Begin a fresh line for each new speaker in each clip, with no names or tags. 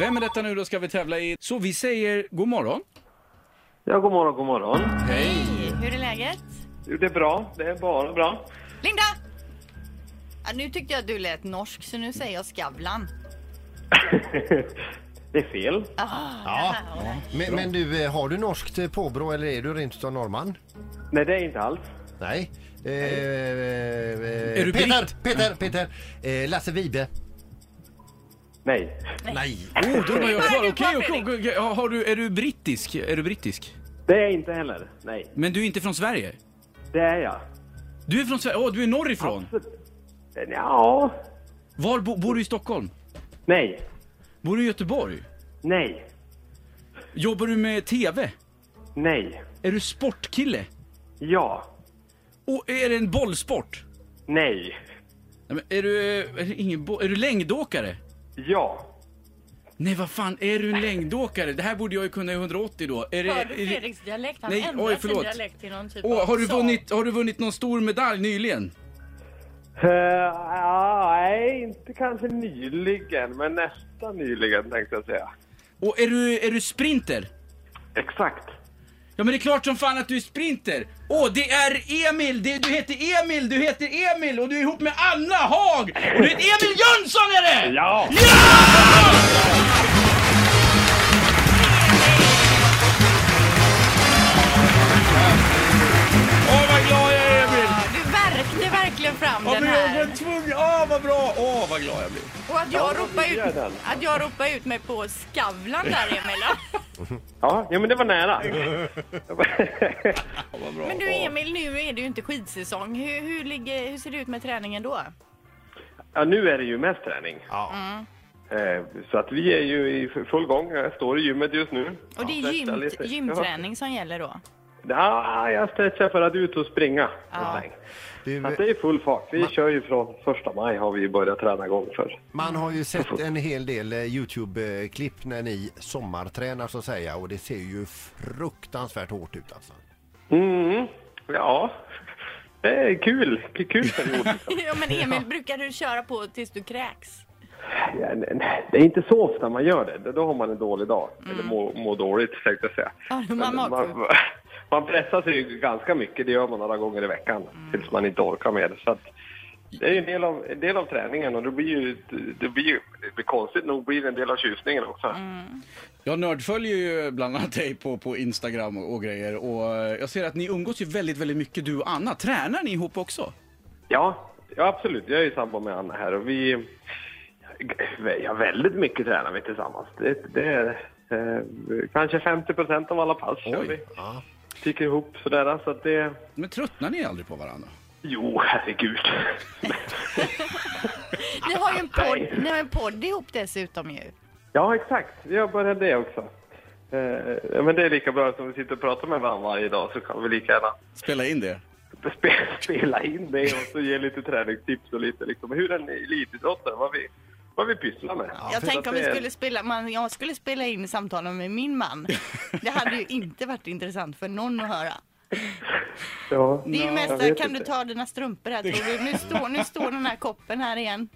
Vem är detta nu då ska vi tävla i? Så vi säger god morgon.
Ja, god morgon, god morgon.
Hej!
Hur är läget?
Jo, Det är bra. Det är bara bra.
Linda! Ja, nu tyckte jag att du lät norsk, så nu säger jag Skavlan.
det är fel.
Ah.
Ja. Men, men du, eh, har du norskt eh, påbrå eller är du rent utav norrman?
Nej, det är inte alls.
Nej. Eh, eh,
Är du
Peter,
britt?
Peter, Peter! Eh, Lasse Vibe.
Nej.
Nej.
Oh, då undrar jag
Vad är
kvar.
du
Okej,
på,
okej, okej. okej. Ja, Har du, är du brittisk? Är du brittisk?
Det är jag inte heller. Nej.
Men du är inte från Sverige?
Det är jag.
Du är från Sverige? Åh, du är norrifrån?
Ja.
Var bo, bor du i Stockholm?
Nej.
Bor du i Göteborg?
Nej.
Jobbar du med TV?
Nej.
Är du sportkille?
Ja.
Och är det en bollsport?
Nej.
Nej, men är du, eh, är det ingen bo- är du längdåkare?
Ja.
Nej, vad fan, är du en längdåkare? Det här borde jag ju kunna i 180 då. Är det,
Hörde
är
du
det-
Fredriks dialekt? Han
Nej,
ändrade
oj,
sin
förlåt.
dialekt till någon typ
Åh,
av
har, du
sång.
vunnit, har du vunnit någon stor medalj nyligen?
Eh, ja, nej, inte kanske nyligen, men nästan nyligen tänkte jag säga.
Och är du, är du sprinter?
Exakt.
Ja men det är klart som fan att du är sprinter! Åh, det är Emil! Det, du heter Emil! Du heter Emil! Och du är ihop med Anna Haag! Och du heter Emil Jönsson är det!
Ja!
Åh vad glad jag är Emil!
Du värkte verkligen fram
Åh,
den
men jag var
här.
tvungen! Åh vad bra! Åh vad glad jag blev!
Och att jag,
Ja,
ropar
vi
ut,
gör den.
att jag ropar ut mig på Skavlan där, Emil.
Ja, ja men det var nära.
Åh, vad bra.
Men du, Emil, nu är det ju inte skidsäsong. Hur, hur, ligger, hur ser det ut med träningen då?
ja, nu är det ju mest träning.
Ja.
Eh, Så att vi är ju i full gång. Jag står i gymmet just nu.
Och det är
Stretchar
gym,
lite.
gymträning som gäller då?
Ja, ah, jag stretchar för att ut och springa.
Ja.
Du,
Så att det är full fart. Vi kör ju från första maj har vi börjat träna igång för.
Man har ju sett en hel del eh, Youtube-klipp när ni sommartränar så att säga och det ser ju fruktansvärt hårt ut alltså.
Mm, ja. Det är kul. K- Kul period.
Ja, men Emil, brukar du köra på tills du kräks?
Ja, nej, nej, det är inte så ofta man gör det. Då- Då har man en dålig dag. Eller
Mm.
mår må dåligt tänkte jag säga.
Ja, då är man
Men
magsjuk.
man pressar sig ju ganska mycket. Det gör man några gånger i veckan
Mm.
tills man inte orkar mer. Så att, det är ju en del av, en del av träningen och det blir ju, det blir ju det blir konstigt nog blir det en del av tjusningen också.
Mm.
Jag nördföljer ju bland annat dig på, på Instagram och, och grejer och eh, jag ser att ni umgås ju väldigt, väldigt mycket du och Anna. Tränar ni ihop också?
Ja, ja absolut. Jag är ju sambo med Anna här och vi... Ja, väldigt mycket tränar vi tillsammans. Det, det är eh, kanske 50 procent av alla pass kör
Oj.
vi.
Ja.
Tycker ihop sådär. Så att det...
Men tröttnar ni aldrig på varandra?
Jo, herregud.
Ni har ju en
Nej.
podd, ni har en podd ihop dessutom ju.
ja, exakt. Jag började det också. Eh, men det är lika bra som vi sitter och pratar med varandra varje dag så kan vi lika gärna
Spela in det.
spe- spela in det och så ge lite träningstips och lite liksom hur en elitidrottare, vad vi, vad vi pysslar med.
jag
Så
tänker
att
om vi
det-
skulle spela, man, jag skulle spela in samtalen med min man. Det hade ju inte varit intressant för någon att höra.
Ja.
Det är ju mest
jag
där,
vet
kan du
inte.
ta dina strumpor här tror du? Nu står, nu står den här koppen här igen.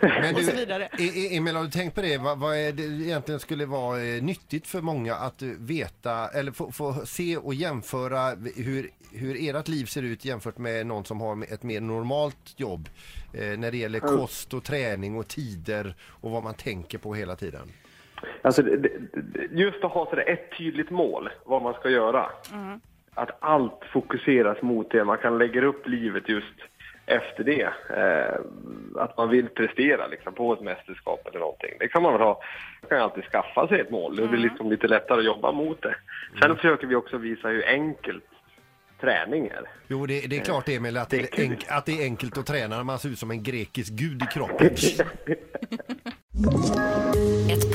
Men
Och så
du,
vidare.
E- E- Emil, har du tänkt på det? Vad, vad är det egentligen skulle vara eh, nyttigt för många att eh, veta eller få, få se och jämföra hur, hur ert liv ser ut jämfört med någon som har ett mer normalt jobb eh, när det gäller kost och träning och tider och vad man tänker på hela tiden?
Alltså, det- det- det- just att ha sådär ett tydligt mål, vad man ska göra. Att allt fokuseras mot det, man kan lägga upp livet just efter det. Eh, att man vill prestera liksom, på ett mästerskap eller någonting. Det kan man väl ha. Man kan ju alltid skaffa sig ett mål, det blir liksom lite lättare att jobba mot det. Sen försöker vi också visa hur enkelt träning är.
Jo, det, det är klart Emil att
Eh, det är
det, är
kul.
enk- att det är enkelt att träna när man ser ut som en grekisk gud i kroppen.
Ett